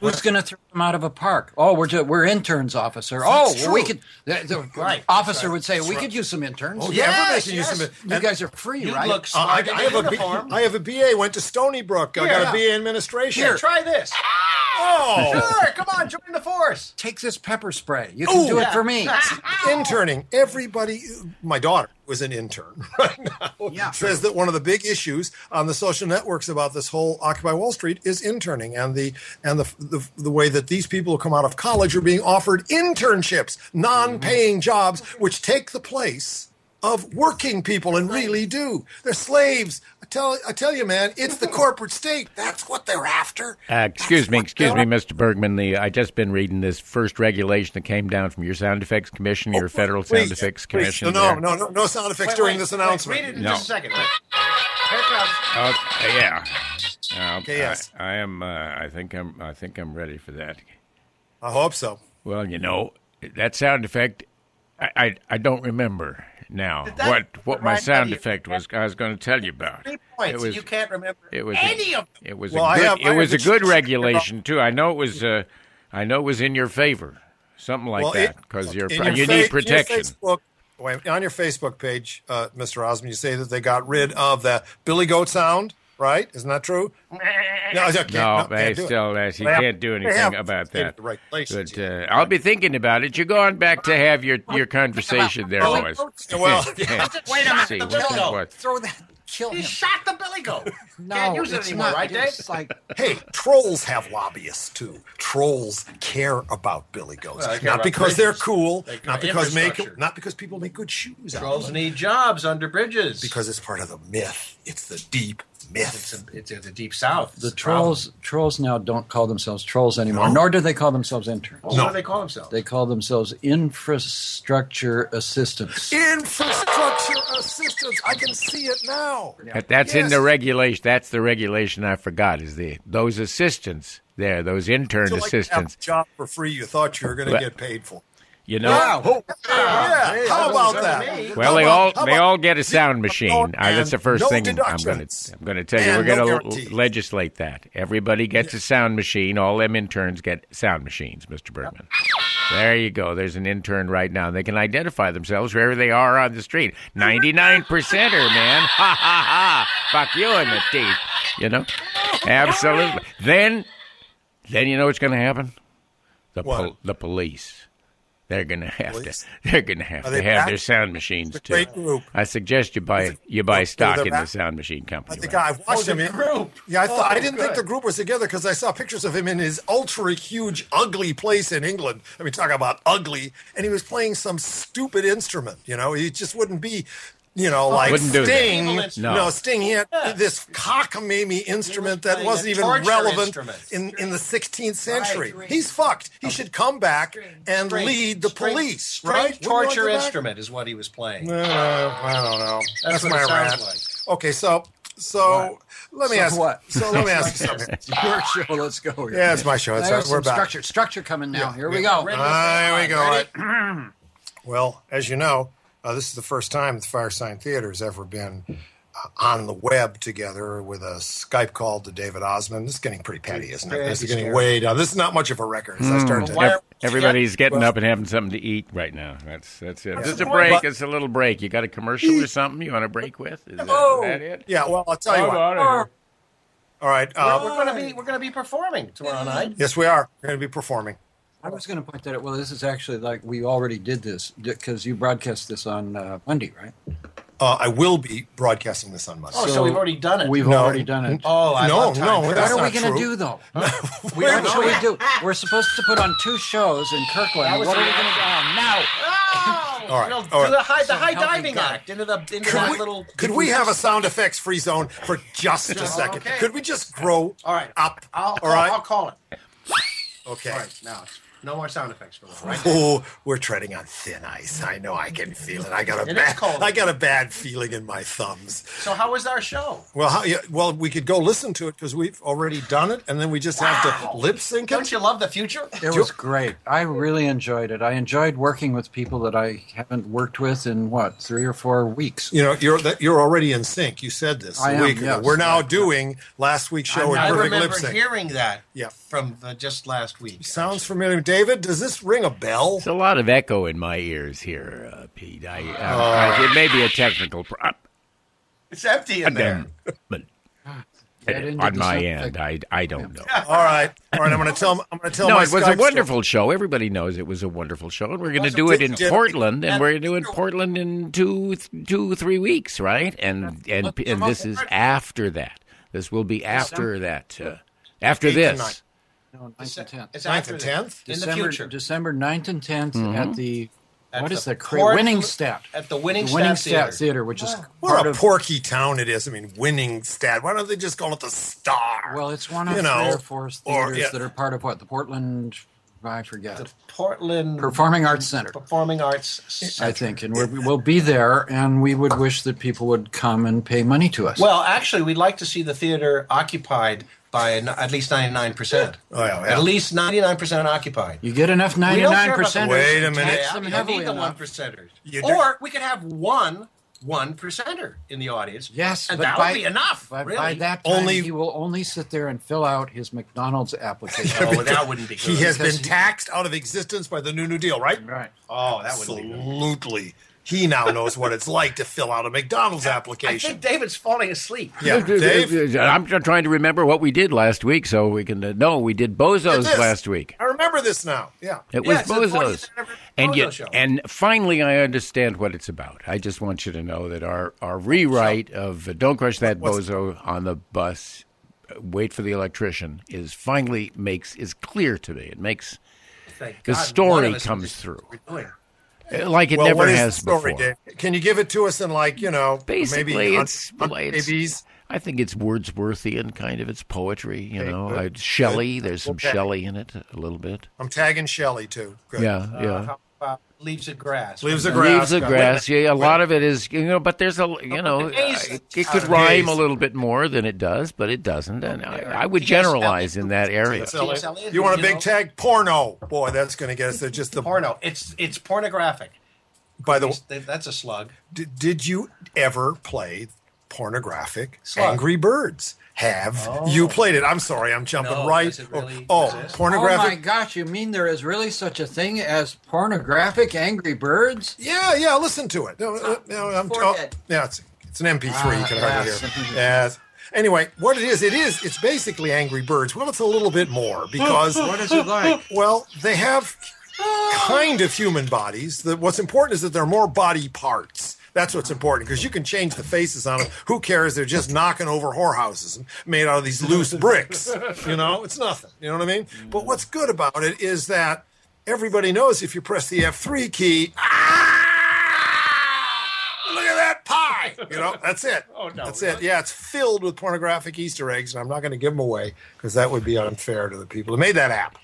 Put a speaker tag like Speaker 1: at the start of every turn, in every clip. Speaker 1: Who's going to throw them out of a park? Oh, we're ju- we're interns, officer. oh,
Speaker 2: That's
Speaker 1: well, we
Speaker 2: true.
Speaker 1: could. The, the
Speaker 2: Right.
Speaker 1: officer
Speaker 2: That's right.
Speaker 1: would say
Speaker 2: That's
Speaker 1: we
Speaker 2: right.
Speaker 1: could use some interns.
Speaker 2: Oh,
Speaker 1: yeah,
Speaker 2: yeah,
Speaker 1: everybody
Speaker 2: yes,
Speaker 1: can use some.
Speaker 2: yes.
Speaker 1: You guys are free,
Speaker 2: You
Speaker 1: right?
Speaker 2: look
Speaker 3: Uh, I,
Speaker 2: smart in
Speaker 3: I
Speaker 2: your
Speaker 3: have a B,
Speaker 2: uniform.
Speaker 3: I have a BA. Went to Stony Brook. I
Speaker 2: Here.
Speaker 3: got a BA in administration.
Speaker 2: Here, try this.
Speaker 3: Oh,
Speaker 2: Sure, come on, join the force.
Speaker 1: Take this pepper spray. You can
Speaker 3: Ooh.
Speaker 1: do it
Speaker 2: Yeah.
Speaker 1: for me.
Speaker 3: interning. Everybody. My daughter was an intern right now.
Speaker 1: Yeah.
Speaker 3: Says that one of the big issues on the social networks about this whole Occupy Wall Street is interning and the and the the, the way that these people who come out of college are being offered internships,
Speaker 2: Mm-hmm.
Speaker 3: non-paying jobs, which take the place. Of working people and really do. They're slaves. I tell, I tell you, man, it's
Speaker 2: Mm-hmm.
Speaker 3: the corporate state. That's what they're after.
Speaker 4: Uh, excuse me, excuse me, Mr. Bergman. The I just been reading this first regulation that came down from your sound effects commission, your federal sound
Speaker 3: Please,
Speaker 4: effects
Speaker 3: please.
Speaker 4: commission.
Speaker 3: No,
Speaker 4: there.
Speaker 3: no, no, no sound effects
Speaker 2: Wait,
Speaker 3: during
Speaker 2: wait,
Speaker 3: this
Speaker 2: wait,
Speaker 3: announcement.
Speaker 2: read it in
Speaker 4: No.
Speaker 2: just a second. Wait. Here it comes.
Speaker 4: Okay, yeah. Um,
Speaker 3: Okay, yes.
Speaker 4: I, I am. Uh, I think I'm. I think I'm ready for that.
Speaker 3: I hope so.
Speaker 4: Well, you know that sound effect. I I, I don't remember now
Speaker 2: that
Speaker 4: what what my
Speaker 2: remind
Speaker 4: sound
Speaker 2: you-
Speaker 4: effect was. I was going to tell you about.
Speaker 2: Three points.
Speaker 4: It was-
Speaker 2: you can't remember
Speaker 4: It was
Speaker 2: any
Speaker 4: a,
Speaker 2: of them.
Speaker 4: It was
Speaker 3: Well,
Speaker 4: a
Speaker 3: I
Speaker 4: good,
Speaker 3: have- I
Speaker 4: it was a
Speaker 3: have a-
Speaker 4: good regulation too. I know it was. Uh, I know it was in your favor, something like
Speaker 3: Well,
Speaker 4: that,
Speaker 3: it-
Speaker 4: because you're
Speaker 3: in
Speaker 4: pro-
Speaker 3: your
Speaker 4: you
Speaker 3: fa-
Speaker 4: need
Speaker 3: In
Speaker 4: protection.
Speaker 3: your Facebook, wait, on your Facebook page, uh, Mr. Osmond, you say that they got rid of the Billy Goat sound, right? Isn't that true? No, I can't-
Speaker 4: No,
Speaker 3: can't
Speaker 4: they
Speaker 3: do it.
Speaker 4: still uh, you
Speaker 3: They have-
Speaker 4: can't do
Speaker 3: they have
Speaker 4: anything about
Speaker 3: stated
Speaker 4: that.
Speaker 3: the right places,
Speaker 4: but
Speaker 3: yeah.
Speaker 4: uh, I'll be thinking about it. You're going back to have your, your conversation there,
Speaker 1: Oh,
Speaker 4: boys.
Speaker 3: well, yeah.
Speaker 2: Wait a minute,
Speaker 4: See,
Speaker 2: the
Speaker 4: what is
Speaker 2: dildo.
Speaker 4: what?
Speaker 1: Throw that. Kill
Speaker 2: He
Speaker 1: him.
Speaker 2: shot the billy goat.
Speaker 1: No,
Speaker 2: can't use it
Speaker 1: it's
Speaker 2: anymore,
Speaker 1: not.
Speaker 2: right, Dave?
Speaker 1: It's like
Speaker 3: hey, trolls have lobbyists too. Trolls care about Billy Goats,
Speaker 2: Well, they care
Speaker 3: not
Speaker 2: about
Speaker 3: because
Speaker 2: bridges.
Speaker 3: they're cool,
Speaker 2: They
Speaker 3: not
Speaker 2: care about
Speaker 3: because make,
Speaker 2: infrastructure.
Speaker 3: not because people make good shoes. out of
Speaker 2: Trolls
Speaker 3: them.
Speaker 2: need jobs under bridges
Speaker 3: because it's part of the myth. It's the deep
Speaker 2: it's
Speaker 3: myth.
Speaker 2: a, it's, it's a deep south. It's
Speaker 1: the
Speaker 2: a problem.
Speaker 1: trolls. Trolls now don't call themselves trolls anymore, nor do they call themselves interns.
Speaker 2: Well, What do they call themselves?
Speaker 1: They call themselves infrastructure assistants.
Speaker 3: Infrastructure assistance. I can see it now.
Speaker 4: But that's in
Speaker 3: Yes.
Speaker 4: the regulation. That's the regulation I forgot. Is the those assistants there, those intern
Speaker 3: So, like, you have
Speaker 4: assistants?
Speaker 3: a job for free you thought you were going to
Speaker 4: Well-
Speaker 3: get paid for.
Speaker 4: You know.
Speaker 2: Oh,
Speaker 3: yeah,
Speaker 2: hey,
Speaker 3: how
Speaker 2: that
Speaker 3: about
Speaker 2: doesn't
Speaker 3: that?
Speaker 2: sound to me.
Speaker 4: Well,
Speaker 3: How
Speaker 4: they
Speaker 3: about-
Speaker 4: all
Speaker 3: how
Speaker 4: they
Speaker 3: about-
Speaker 4: all get a sound machine.
Speaker 3: no
Speaker 4: Uh, that's the first
Speaker 3: no
Speaker 4: thing I'm going
Speaker 3: deductions.
Speaker 4: to I'm going to tell you.
Speaker 3: And
Speaker 4: we're
Speaker 3: no
Speaker 4: going to
Speaker 3: guarantees.
Speaker 4: legislate that. Everybody gets a sound machine. All them interns get sound machines, Mr. Bergman. There you go. There's an intern right now. They can identify themselves wherever they are on the street. 99%er, man. Ha ha ha. Fuck you in the teeth. You know? Absolutely. Then then you know what's going to happen? The
Speaker 3: What?
Speaker 4: pol- the police. They're going to have
Speaker 3: Police?
Speaker 4: to they're going to have
Speaker 3: Are
Speaker 4: to
Speaker 3: they
Speaker 4: have
Speaker 3: back?
Speaker 4: their sound
Speaker 3: It's
Speaker 4: machines
Speaker 3: a
Speaker 4: too.
Speaker 3: great group.
Speaker 4: I suggest you buy
Speaker 3: It's a-
Speaker 4: you buy
Speaker 3: they're
Speaker 4: stock in the
Speaker 3: back.
Speaker 4: sound machine company.
Speaker 3: I think
Speaker 4: right?
Speaker 3: I've watched
Speaker 2: Oh,
Speaker 3: him.
Speaker 2: the group.
Speaker 3: Yeah, I thought
Speaker 2: Oh,
Speaker 3: I didn't think
Speaker 2: good.
Speaker 3: the group was together because I saw pictures of him in his ultra huge, ugly place in England. I mean, talk about ugly, and he was playing some stupid instrument. You know, he just wouldn't be. You
Speaker 2: Oh.
Speaker 3: know, like
Speaker 4: Wouldn't do that.
Speaker 3: Sting.
Speaker 2: Evil
Speaker 4: instrument. No.
Speaker 3: Sting. He had this cockamamie instrument that
Speaker 2: playing
Speaker 3: wasn't
Speaker 2: a
Speaker 3: even
Speaker 2: torture
Speaker 3: relevant
Speaker 2: instrument.
Speaker 3: in, in the 16th century.
Speaker 2: Right. Um,
Speaker 3: He's fucked. He should come back and
Speaker 2: String-
Speaker 3: lead the
Speaker 2: string-
Speaker 3: police,
Speaker 2: string
Speaker 3: right? Wouldn't you like
Speaker 2: torture
Speaker 3: that?
Speaker 2: instrument is what he was playing.
Speaker 3: Uh, I don't know. That's,
Speaker 2: That's what
Speaker 3: my
Speaker 2: it sounds
Speaker 3: rant.
Speaker 2: like.
Speaker 3: Okay, so so let me
Speaker 1: So
Speaker 3: ask
Speaker 1: what?
Speaker 3: So let me ask you something.
Speaker 1: It's your show. Let's go. Here.
Speaker 3: Yeah, it's my show. It's-
Speaker 1: There's
Speaker 3: we're
Speaker 1: some
Speaker 3: back.
Speaker 1: structure. Structure coming now. Here we
Speaker 2: yeah.
Speaker 1: go.
Speaker 2: Ready?
Speaker 3: Ah, here we go.
Speaker 2: Ready?
Speaker 3: All right. well, as you know, uh, this is the first time the Firesign Theater has ever been uh, on the web together with a Skype call to David Osmond. This is getting pretty petty, isn't it? This is getting way down. This is not much of a record. As I
Speaker 1: Hmm.
Speaker 3: started to
Speaker 2: Why are-
Speaker 4: Everybody's getting up and having something to eat right now. That's that's it. It's a
Speaker 3: the
Speaker 4: break.
Speaker 3: point.
Speaker 4: It's a little break. You got a commercial or something you want to break with? Is that,
Speaker 1: Oh.
Speaker 4: that it?
Speaker 3: Yeah, well, I'll tell you
Speaker 4: I'm
Speaker 3: what.
Speaker 4: outta here.
Speaker 3: All right.
Speaker 2: We're,
Speaker 3: Uh,
Speaker 2: going to be we're going to be performing tomorrow night.
Speaker 3: yes, we are. We're going to be performing.
Speaker 1: I was going to point that out. Well, this is actually like we already did this because you broadcast this on uh, Monday, right?
Speaker 3: Uh, I will be broadcasting this on Monday.
Speaker 2: Oh, so,
Speaker 1: So
Speaker 2: we've already done it.
Speaker 1: We've
Speaker 3: No.
Speaker 1: already done it.
Speaker 2: oh, I
Speaker 3: No,
Speaker 2: love time
Speaker 3: no,
Speaker 2: travel.
Speaker 1: what
Speaker 3: that's
Speaker 1: are we
Speaker 3: not
Speaker 1: going to
Speaker 3: true.
Speaker 1: do though?
Speaker 3: We
Speaker 1: what
Speaker 3: are
Speaker 1: should we
Speaker 3: not-
Speaker 1: do? We're supposed to put on two shows in
Speaker 2: That
Speaker 1: Kirkland.
Speaker 2: was
Speaker 1: What are we
Speaker 2: the-
Speaker 1: going to do Oh, now?
Speaker 2: Oh,
Speaker 3: All right,
Speaker 2: we'll
Speaker 3: all
Speaker 2: do the
Speaker 3: right.
Speaker 2: high, the
Speaker 1: So
Speaker 2: high
Speaker 1: help me
Speaker 2: diving
Speaker 1: God.
Speaker 2: act into the into
Speaker 3: Could
Speaker 2: that
Speaker 3: we,
Speaker 2: little.
Speaker 3: could we have a sound effects free zone for just a second?
Speaker 2: okay.
Speaker 3: Could we just grow
Speaker 2: All right.
Speaker 3: up?
Speaker 2: I'll,
Speaker 3: all right.
Speaker 2: I'll call it.
Speaker 3: okay.
Speaker 2: All right, now. No more sound effects for that, right?
Speaker 3: Oh, we're treading on thin ice. I know I can feel it. I got a
Speaker 2: It is
Speaker 3: bad,
Speaker 2: cold.
Speaker 3: I got a bad feeling in my thumbs.
Speaker 2: So how was our show?
Speaker 3: Well, how, yeah, well, we could go listen to it because we've already done it, and then we just have to lip sync
Speaker 2: Don't
Speaker 3: it.
Speaker 2: you love the future?
Speaker 1: It was great. I really enjoyed it. I enjoyed working with people that I haven't worked with in what three or four weeks.
Speaker 3: You know, you're that, you're already in sync. You said this
Speaker 1: I
Speaker 3: a
Speaker 1: am,
Speaker 3: week ago.
Speaker 1: yes.
Speaker 3: We're now
Speaker 1: Yeah.
Speaker 3: doing last week's show in
Speaker 2: I
Speaker 3: perfect lip
Speaker 2: remember
Speaker 3: sync.
Speaker 2: hearing that
Speaker 3: Yeah.
Speaker 2: from the, just last week.
Speaker 3: Sounds familiar, David? Does this ring a bell?
Speaker 4: There's a lot of echo in my ears here, uh, Pete. I,
Speaker 3: Oh.
Speaker 4: uh, I- it may be a technical uh, problem.
Speaker 2: It's empty in there.
Speaker 1: Get into
Speaker 4: on
Speaker 1: the
Speaker 4: my
Speaker 1: subject.
Speaker 4: end, I, I don't know.
Speaker 3: All right, all right. I'm going to tell. I'm going to tell.
Speaker 4: No,
Speaker 3: my
Speaker 4: it was
Speaker 3: Skype
Speaker 4: a
Speaker 3: story.
Speaker 4: wonderful show. Everybody knows it was a wonderful show, and we're going to
Speaker 2: Wasn't
Speaker 4: do it in
Speaker 3: it-
Speaker 4: Portland, and
Speaker 2: that-
Speaker 4: we're going to do it in Portland in two, th- two, three weeks, right? And and and this is after that. This will be after that. Uh, after
Speaker 3: Eight to
Speaker 4: this,
Speaker 3: ninth.
Speaker 1: No, 9th and 10th.
Speaker 2: It's
Speaker 3: Ninth
Speaker 2: after
Speaker 3: and
Speaker 2: that.
Speaker 3: tenth.
Speaker 2: In the
Speaker 1: December,
Speaker 2: future.
Speaker 1: December 9th and 10th
Speaker 3: Mm-hmm.
Speaker 1: at the,
Speaker 2: At
Speaker 1: what
Speaker 2: the
Speaker 1: is that? Cra-
Speaker 2: Port-
Speaker 1: winning Stat.
Speaker 2: At the Winning,
Speaker 1: the Winning
Speaker 2: Stat,
Speaker 1: Stat
Speaker 2: Theater.
Speaker 1: Theater, which is
Speaker 3: What
Speaker 1: part
Speaker 3: a
Speaker 1: of,
Speaker 3: porky town it is. I mean, winning stat. Why don't they just call it the Star?
Speaker 1: well, it's one of
Speaker 3: you know,
Speaker 1: three or four
Speaker 3: or,
Speaker 1: theaters
Speaker 3: yeah.
Speaker 1: that are part of what? The Portland, I forget.
Speaker 2: The Portland
Speaker 1: Performing Arts Center.
Speaker 2: Performing Arts Center.
Speaker 1: I think, and we're, we'll be there, and we would wish that people would come and pay money to us.
Speaker 2: Well, actually, we'd like to see the theater occupied by an, at least 99%.
Speaker 3: Oh, yeah, yeah.
Speaker 2: At least 99% occupied.
Speaker 1: you get enough
Speaker 2: We don't care
Speaker 1: ninety-nine
Speaker 2: about the
Speaker 1: percent.
Speaker 3: Wait a minute.
Speaker 1: Tax
Speaker 2: Yeah,
Speaker 1: them
Speaker 2: you don't
Speaker 1: heavily
Speaker 2: need the one
Speaker 1: enough.
Speaker 2: percenters.
Speaker 3: You do-
Speaker 2: Or we could have one one percenter in the audience.
Speaker 1: Yes,
Speaker 2: and
Speaker 1: but
Speaker 2: that
Speaker 1: by-
Speaker 2: would be enough.
Speaker 1: By,
Speaker 2: really.
Speaker 1: by that time,
Speaker 3: Only-
Speaker 1: he will only sit there and fill out his McDonald's application.
Speaker 2: oh, that wouldn't be good.
Speaker 3: he has been
Speaker 1: Because he-
Speaker 3: taxed out of existence by the New New Deal, right?
Speaker 1: right.
Speaker 2: oh, that wouldn't be good.
Speaker 3: Absolutely. He now knows what it's like to fill out a McDonald's
Speaker 2: I
Speaker 3: application.
Speaker 2: think David's falling asleep.
Speaker 3: yeah, Dave.
Speaker 4: Uh, I'm just trying to remember what we did last week, so we can. Uh, no, we did Bozos
Speaker 3: this.
Speaker 4: last week.
Speaker 3: I remember this now. Yeah.
Speaker 4: It
Speaker 2: Yeah,
Speaker 4: was
Speaker 2: it's the 40th
Speaker 4: Bozos.
Speaker 2: anniversary
Speaker 4: And
Speaker 2: Bozo
Speaker 4: yet,
Speaker 2: show.
Speaker 4: and finally, I understand what it's about. I just want you to know that our, our rewrite of uh, Don't Crush That Bozo on the Bus, uh, Wait for the Electrician is finally makes is clear to me. It makes
Speaker 2: Thank
Speaker 4: the
Speaker 2: God one
Speaker 4: story
Speaker 2: of us
Speaker 4: comes
Speaker 2: is-
Speaker 4: through
Speaker 2: we're doing it.
Speaker 4: uh, like it
Speaker 3: Well,
Speaker 4: never
Speaker 3: what is
Speaker 4: has
Speaker 3: the story,
Speaker 4: before.
Speaker 3: Dave? Can you give it to us in like you know,
Speaker 4: Basically,
Speaker 3: maybe
Speaker 4: it's,
Speaker 3: hun-
Speaker 4: well,
Speaker 3: hun-
Speaker 4: it's-
Speaker 3: babies?
Speaker 4: I think it's Wordsworthian kind of. It's poetry, you know.
Speaker 3: good,
Speaker 4: I, Shelley, there's some
Speaker 3: Okay.
Speaker 4: Shelley in it a little bit.
Speaker 3: I'm tagging Shelley too. Good. Uh,
Speaker 4: Yeah, yeah.
Speaker 2: How about Leaves of Grass?
Speaker 3: Leaves of
Speaker 4: leaves
Speaker 3: grass.
Speaker 4: of
Speaker 3: got-
Speaker 4: grass. Yeah, a lot of it is you know, but there's a you know,
Speaker 2: days-
Speaker 4: it, it
Speaker 2: out
Speaker 4: could
Speaker 2: of
Speaker 4: rhyme
Speaker 3: days.
Speaker 4: a little bit more than it does, but it doesn't. And I, I would
Speaker 2: T.S. Eliot.
Speaker 4: generalize in that area.
Speaker 2: T.S. Eliot. Elliot,
Speaker 3: You want a
Speaker 2: you
Speaker 3: big
Speaker 2: know-
Speaker 3: tag? Porno. Boy, that's going to get us there. Just the
Speaker 2: Porno. It's it's pornographic.
Speaker 3: By the way,
Speaker 2: That's a slug.
Speaker 3: d- did you ever play pornographic
Speaker 2: Slug. Oh.
Speaker 3: Angry Birds? Have you played it? I'm sorry, I'm jumping
Speaker 2: No,
Speaker 3: right.
Speaker 2: does it really
Speaker 3: oh,
Speaker 2: exist?
Speaker 1: Oh my
Speaker 3: pornographic.
Speaker 1: gosh! You mean there is really such a thing as pornographic Angry Birds?
Speaker 3: yeah, yeah. Listen to it. No, no, no, I'm oh,
Speaker 5: Forehead.
Speaker 3: yeah, it's it's an MP3. you
Speaker 1: Ah,
Speaker 3: can hardly
Speaker 1: yes.
Speaker 3: hear. Yes. Anyway, what it is, it is, it's basically Angry Birds. Well, it's a little bit more because
Speaker 1: What is it like?
Speaker 3: Well, they have kind of human bodies. The, what's important is that there are more body parts. That's what's important because you can change the faces on them. Who cares? They're just knocking over whorehouses made out of these loose bricks. You know, it's nothing. You know what I mean? But what's good about it is that everybody knows if you press the F3 key, ah, look at that pie. You know, that's it. Oh,
Speaker 2: no.
Speaker 3: That's it. Yeah, it's filled with pornographic Easter eggs, and I'm not going to give them away because that would be unfair to the people who made that app.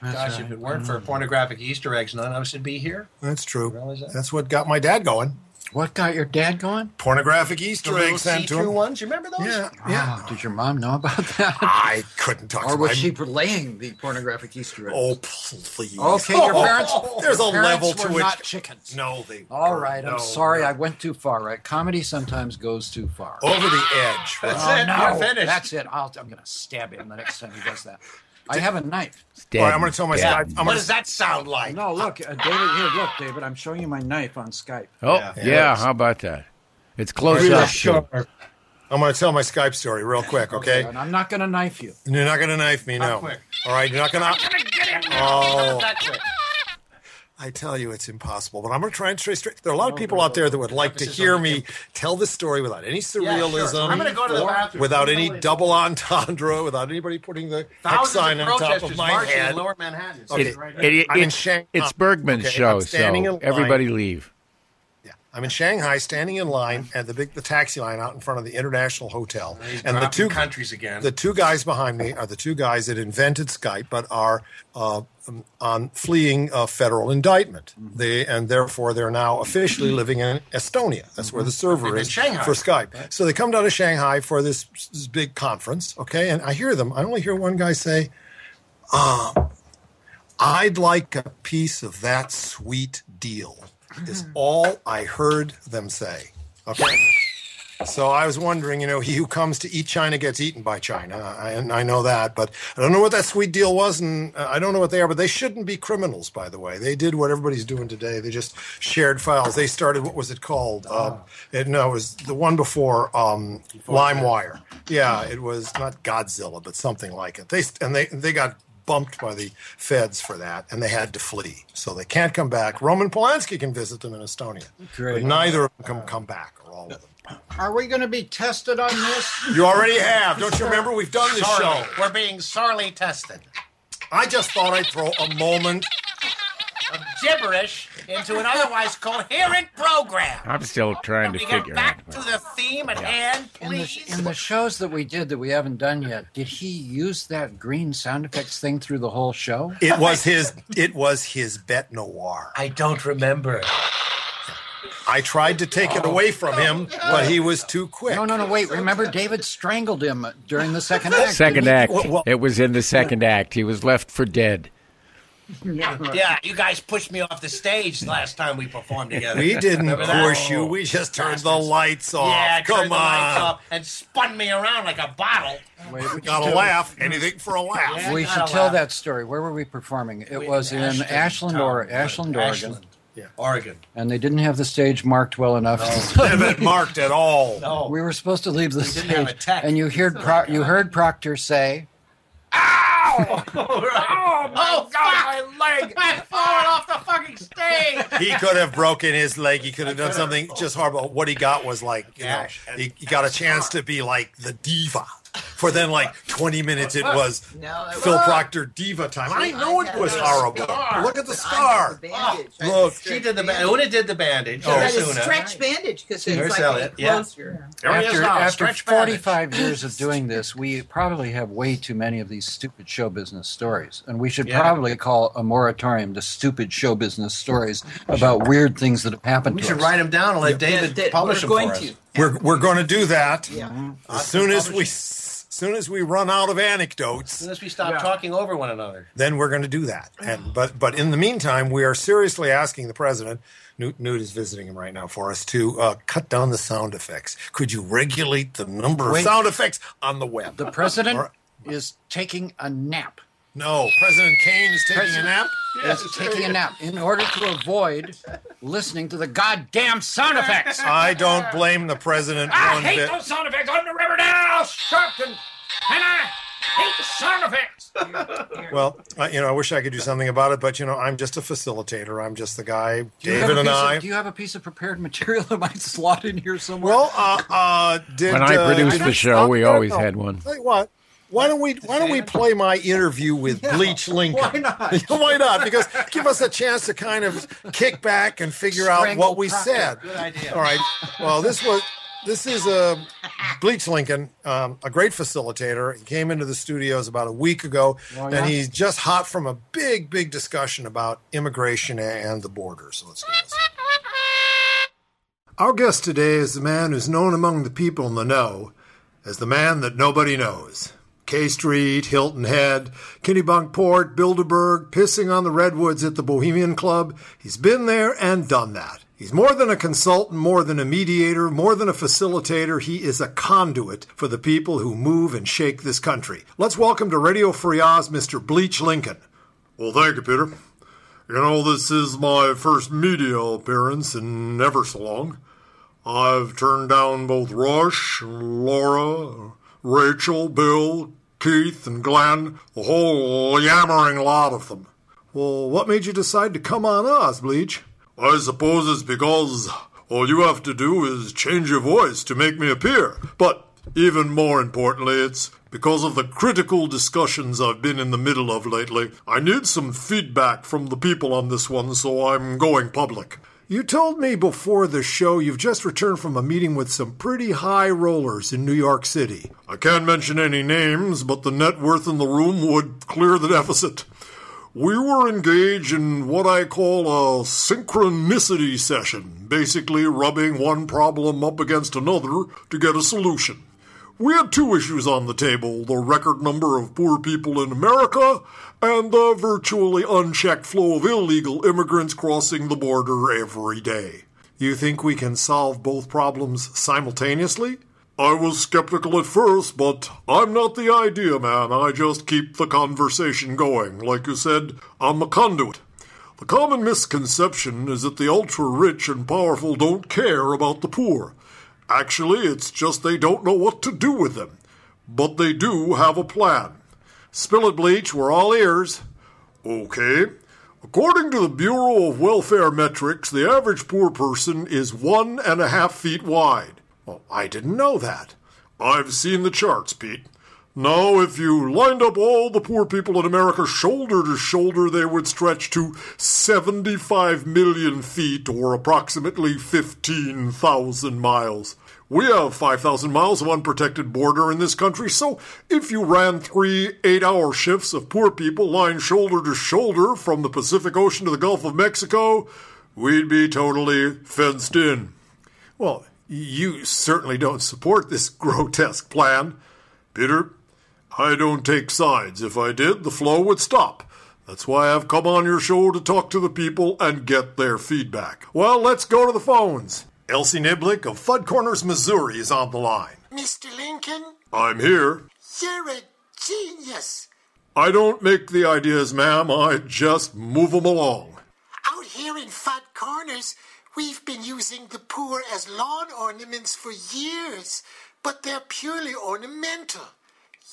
Speaker 2: Gosh, if it weren't
Speaker 1: Mm.
Speaker 2: for pornographic Easter eggs, none of us would be here.
Speaker 3: That's true.
Speaker 2: Realize that?
Speaker 3: That's what got my dad going.
Speaker 1: What got your dad going?
Speaker 3: Pornographic Easter
Speaker 2: The little
Speaker 3: eggs sent to
Speaker 2: see-through
Speaker 3: him.
Speaker 2: ones. You remember those?
Speaker 3: Yeah, yeah.
Speaker 1: Wow! Did your mom know about that?
Speaker 3: I couldn't talk
Speaker 1: Or
Speaker 3: to my.
Speaker 1: was she relaying the pornographic Easter egg?
Speaker 3: oh please.
Speaker 1: Okay, your
Speaker 3: Oh,
Speaker 1: parents.
Speaker 3: there's
Speaker 1: your
Speaker 3: a
Speaker 1: parents
Speaker 3: level
Speaker 1: were
Speaker 3: to which.
Speaker 1: not chickens.
Speaker 3: No, they.
Speaker 1: All
Speaker 3: were.
Speaker 1: right, I'm
Speaker 3: No,
Speaker 1: sorry,
Speaker 3: no. Oh,
Speaker 1: I went too far. Right, comedy sometimes goes too far. Oh,
Speaker 3: Over the edge.
Speaker 2: That's
Speaker 3: Well,
Speaker 2: it.
Speaker 1: no,
Speaker 2: You're finished.
Speaker 1: that's it. I'll, I'm going to stab him the next time he does that. I have a knife.
Speaker 4: Dead,
Speaker 3: All right, I'm going to tell my.
Speaker 4: dead.
Speaker 3: Skype- I'm
Speaker 2: what
Speaker 3: gonna,
Speaker 2: does that sound like?
Speaker 1: No, look, uh, David. Here, look, David. I'm showing you my knife on Skype.
Speaker 4: Oh
Speaker 2: Yeah.
Speaker 4: yeah,
Speaker 3: Yeah.
Speaker 4: how about that? It's close
Speaker 3: Really
Speaker 4: up.
Speaker 3: sharp.
Speaker 4: too.
Speaker 3: I'm going to tell my Skype story real quick, okay?
Speaker 1: And I'm not going to knife you.
Speaker 3: You're not going to knife me, no.
Speaker 2: quick.
Speaker 3: All right, you're not going to. Oh.
Speaker 2: That quick.
Speaker 3: I tell you, it's impossible. But I'm going to try and trace. Tra- there are a lot of people out there that would like to hear me tell this story without any
Speaker 2: Yeah, sure.
Speaker 3: surrealism.
Speaker 2: I'm going to go to the bathroom.
Speaker 3: without any double entendre, without anybody putting the hex
Speaker 2: Thousands of
Speaker 3: sign on top
Speaker 2: protesters
Speaker 3: of my
Speaker 2: marching in
Speaker 3: head.
Speaker 2: Lower Manhattan.
Speaker 4: It,
Speaker 2: It's
Speaker 4: it,
Speaker 2: right
Speaker 4: it,
Speaker 3: I'm in
Speaker 4: it's,
Speaker 3: Shanghai.
Speaker 4: it's Bergman's
Speaker 3: Okay, I'm
Speaker 4: show,
Speaker 3: standing in
Speaker 4: so
Speaker 3: line.
Speaker 4: everybody leave.
Speaker 3: Yeah. I'm in Shanghai, standing in line at the big the taxi line out in front of the International Hotel,
Speaker 2: He's
Speaker 3: and the two
Speaker 2: countries again.
Speaker 3: the two guys behind me are the two guys that invented Skype, but are uh, um, on fleeing a federal indictment.
Speaker 2: Mm-hmm.
Speaker 3: They and therefore they're now officially living in Estonia. That's where the server
Speaker 2: Mm-hmm. In
Speaker 3: is
Speaker 2: Shanghai.
Speaker 3: for Skype. So they come down to Shanghai for this, this big conference. Okay, and I hear them. I only hear one guy say, uh, "I'd like a piece of that sweet deal." Is
Speaker 2: Mm-hmm.
Speaker 3: all I heard them say. Okay. So I was wondering, you know, he who comes to eat China gets eaten by China. I, and I know that, but I don't know what that sweet deal was, and uh, I don't know what they are. But they shouldn't be criminals, by the way. They did what everybody's doing today. They just shared files. They started what was it called? Uh, it, no, it was the one before, um, LimeWire. Yeah, it was not Godzilla, but something like it. They and they they got bumped by the feds for that, and they had to flee. So they can't come back. Roman Polanski can visit them in Estonia,
Speaker 1: Great.
Speaker 3: but neither of them can come back, or all of them.
Speaker 5: Are we going to be tested on this?
Speaker 3: You already have. Don't you remember? We've done this
Speaker 2: Sorely.
Speaker 3: show.
Speaker 2: We're being sorely tested.
Speaker 3: I just thought I'd throw a moment.
Speaker 2: Of gibberish into an otherwise coherent program.
Speaker 4: I'm still trying to
Speaker 2: We
Speaker 4: figure
Speaker 2: get
Speaker 4: out.
Speaker 2: back to the theme at hand,
Speaker 1: In the,
Speaker 2: please.
Speaker 1: in the shows that we did that we haven't done yet, did he use that green sound effects thing through the whole show?
Speaker 3: It was his. It was his bet noir.
Speaker 2: I don't remember.
Speaker 3: I tried to take it away from him, but he was too quick.
Speaker 1: No, no, no, wait. Remember, David strangled him during the second act.
Speaker 4: Second act.
Speaker 3: Well, well-
Speaker 4: it was in the second act. He was left for dead.
Speaker 2: Yeah, you guys pushed me off the stage last time we performed together.
Speaker 3: We didn't
Speaker 2: Remember that?
Speaker 3: push you. We just turned the lights off.
Speaker 2: Yeah,
Speaker 3: Oh, Come
Speaker 2: turned the
Speaker 3: on.
Speaker 2: lights up and spun me around like a bottle.
Speaker 1: Wait, we
Speaker 3: Got
Speaker 1: should-
Speaker 3: to laugh. Anything for a laugh.
Speaker 2: Yeah.
Speaker 1: We should
Speaker 2: Gotta
Speaker 1: tell
Speaker 2: laugh.
Speaker 1: that story. Where were we performing? It
Speaker 2: We-
Speaker 1: was in Ashland, or Ashland, Oregon,
Speaker 2: Ashland, Oregon.
Speaker 1: and they didn't have the stage marked well enough.
Speaker 3: Have it marked at all.
Speaker 2: Oh,
Speaker 1: we were supposed to leave the
Speaker 2: didn't have
Speaker 1: stage,
Speaker 2: a tech.
Speaker 1: and you heard Pro- you heard Proctor say,
Speaker 2: oh my God, my leg! I fallen off the fucking stage.
Speaker 3: He could have broken his leg. He could have done something just horrible. What he got was like, you know,
Speaker 2: Gash.
Speaker 3: he, he got a chance to be like the diva. For then, like 20 minutes, it was
Speaker 6: No, it
Speaker 3: Phil
Speaker 6: was-
Speaker 3: Proctor diva time. I know it was
Speaker 6: the
Speaker 3: horrible.
Speaker 2: scar.
Speaker 3: Look at the
Speaker 6: I
Speaker 3: scar. Oh,
Speaker 6: did the
Speaker 3: Look,
Speaker 2: She did
Speaker 6: bandage. I did the stretch
Speaker 2: the
Speaker 6: bandage.
Speaker 2: ba- Una did the bandage.
Speaker 6: I had a
Speaker 2: Suna.
Speaker 6: stretch bandage because
Speaker 2: Here's
Speaker 6: it's like
Speaker 2: Elliot, yeah.
Speaker 6: closer.
Speaker 2: There he is
Speaker 1: after,
Speaker 2: now,
Speaker 1: after
Speaker 2: stretch bandage.
Speaker 1: 45 years of doing this, we probably have way too many of these stupid show business stories. And we should
Speaker 2: Yeah.
Speaker 1: probably call a moratorium to stupid show business stories about weird things that have happened
Speaker 2: We
Speaker 1: to
Speaker 2: should
Speaker 1: us.
Speaker 2: write him down and let
Speaker 6: Yeah,
Speaker 2: David
Speaker 6: that
Speaker 2: publish
Speaker 6: we're
Speaker 2: him
Speaker 6: going
Speaker 2: for us.
Speaker 6: to.
Speaker 3: We're we're going to do that
Speaker 6: Yeah.
Speaker 3: as soon as we as soon as we run out of anecdotes.
Speaker 2: Unless we stop talking over one another.
Speaker 3: Then we're going to do that.
Speaker 6: Ah.
Speaker 3: And but but in the meantime, we are seriously asking the president. Newt, Newt is visiting him right now for us to uh, cut down the sound effects. Could you regulate the number
Speaker 1: Wait.
Speaker 3: of sound effects on the web?
Speaker 1: The president
Speaker 3: Or-
Speaker 1: is taking a nap.
Speaker 3: No, President Kane is taking a nap.
Speaker 1: is taking a nap in order to avoid listening to the goddamn sound effects.
Speaker 3: I don't blame the president one bit.
Speaker 4: sound effects. I'm the river now, Sharpton, and I hate the sound effects.
Speaker 3: Well, I, you know, I wish I could do something about it, but you know, I'm just a facilitator. I'm just the guy,
Speaker 1: Do you have a
Speaker 3: David and
Speaker 1: piece of-
Speaker 3: I.
Speaker 1: do you have a piece of prepared material that might slot in here somewhere?
Speaker 3: well, uh, uh, did
Speaker 4: When I
Speaker 3: uh,
Speaker 4: produced the show, we
Speaker 3: I don't
Speaker 4: always
Speaker 3: know.
Speaker 4: had one.
Speaker 3: Tell you what, why don't we why don't we play my interview with Bleach Lincoln?
Speaker 5: why not?
Speaker 3: why not? Because give us a chance to kind of kick back and figure out
Speaker 1: Strangle
Speaker 3: what we
Speaker 1: Proctor.
Speaker 3: said.
Speaker 2: Good idea.
Speaker 3: All right. Well, this was this is a Bleach Lincoln, um, a great facilitator. He came into the studios about a week ago,
Speaker 1: Oh, yeah?
Speaker 3: and he's just hot from a big, big discussion about immigration and the border. So let's do this. Our guest today is the man who's known among the people in the know as the man that nobody knows. K Street, Hilton Head, Kennebunkport, Bilderberg, pissing on the redwoods at the Bohemian Club. He's been there and done that. He's more than a consultant, more than a mediator, more than a facilitator. He is a conduit for the people who move and shake this country. Let's welcome to Radio Free Oz, Mr. Bleach Lincoln. Well, thank you, Peter. You know, this is my first media appearance in never so long. I've turned down both Rush, Laura, Rachel, Bill, Keith, and Glenn, the whole yammering lot of them. Well, what made you decide to come on us, Bleach? I suppose it's because all you have to do is change your voice to make me appear. But even more importantly, it's because of the critical discussions I've been in the middle of lately. I need some feedback from the people on this one, so I'm going public. You told me before the show you've just returned from a meeting with some pretty high rollers in New York City. I can't mention any names, but the net worth in the room would clear the deficit. We were engaged in what I call a synchronicity session, basically rubbing one problem up against another to get a solution. We had two issues on the table the record number of poor people in America and the virtually unchecked flow of illegal immigrants crossing the border every day. You think we can solve both problems simultaneously? I was skeptical at first, but I'm not the idea man. I just keep the conversation going. Like you said, I'm a conduit. The common misconception is that the ultra rich and powerful don't care about the poor. Actually, it's just they don't know what to do with them. But they do have a plan. Spill it, Bleach, we're all ears. Okay. According to the Bureau of Welfare Metrics, the average poor person is one and a half feet wide. Well, I didn't know that. I've seen the charts, Pete. Now, if you lined up all the poor people in America shoulder to shoulder, they would stretch to 75 million feet, or approximately 15,000 miles. We have 5,000 miles of unprotected border in this country, so if you ran three eight hour shifts of poor people lined shoulder to shoulder from the Pacific Ocean to the Gulf of Mexico, we'd be totally fenced in. Well, you certainly don't support this grotesque plan. Peter, I don't take sides. If I did, the flow would stop. That's why I've come on your show to talk to the people and get their feedback. Well, let's go to the phones. Elsie Niblick of Fud Corners, Missouri is on the line.
Speaker 6: Mr. Lincoln,
Speaker 3: I'm here.
Speaker 6: you're a genius.
Speaker 3: I don't make the ideas, ma'am. I just move 'em along.
Speaker 6: Out here in Fat Corners, we've been using the poor as lawn ornaments for years, but they're purely ornamental.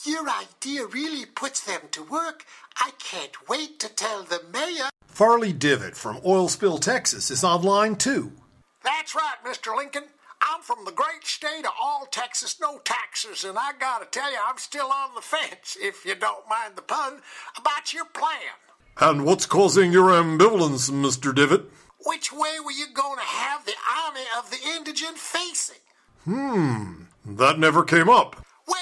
Speaker 6: Your idea really puts them to work. I can't wait to tell the mayor.
Speaker 3: Farley Divitt from Oil Spill, Texas is online too.
Speaker 7: That's right, Mr. Lincoln. I'm from the great state of all Texas, no taxes, and I gotta tell you, I'm still on the fence, if you don't mind the pun, about your plan.
Speaker 3: And what's causing your ambivalence, Mr. Divitt?
Speaker 7: Which way were you gonna have the army of the indigent facing?
Speaker 3: Hmm, that never came up.
Speaker 7: Well,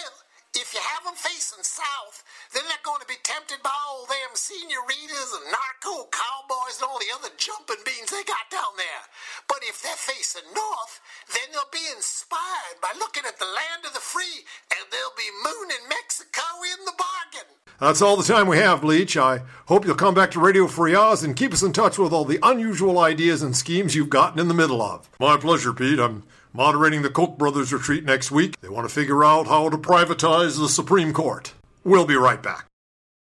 Speaker 7: if you have them facing south, then they're gonna be tempted by all them senoritas and narco cowboys and all the other jumping beans they got down there. But if they're facing north, then they'll be inspired by looking at the land of the free, and they'll be mooning Mexico in the bargain.
Speaker 3: That's all the time we have, Bleach. I hope you'll come back to Radio Free Oz and keep us in touch with all the unusual ideas and schemes you've gotten in the middle of. My pleasure, Pete. I'm moderating the Koch brothers retreat next week. They want to figure out how to privatize the Supreme Court. We'll be right back.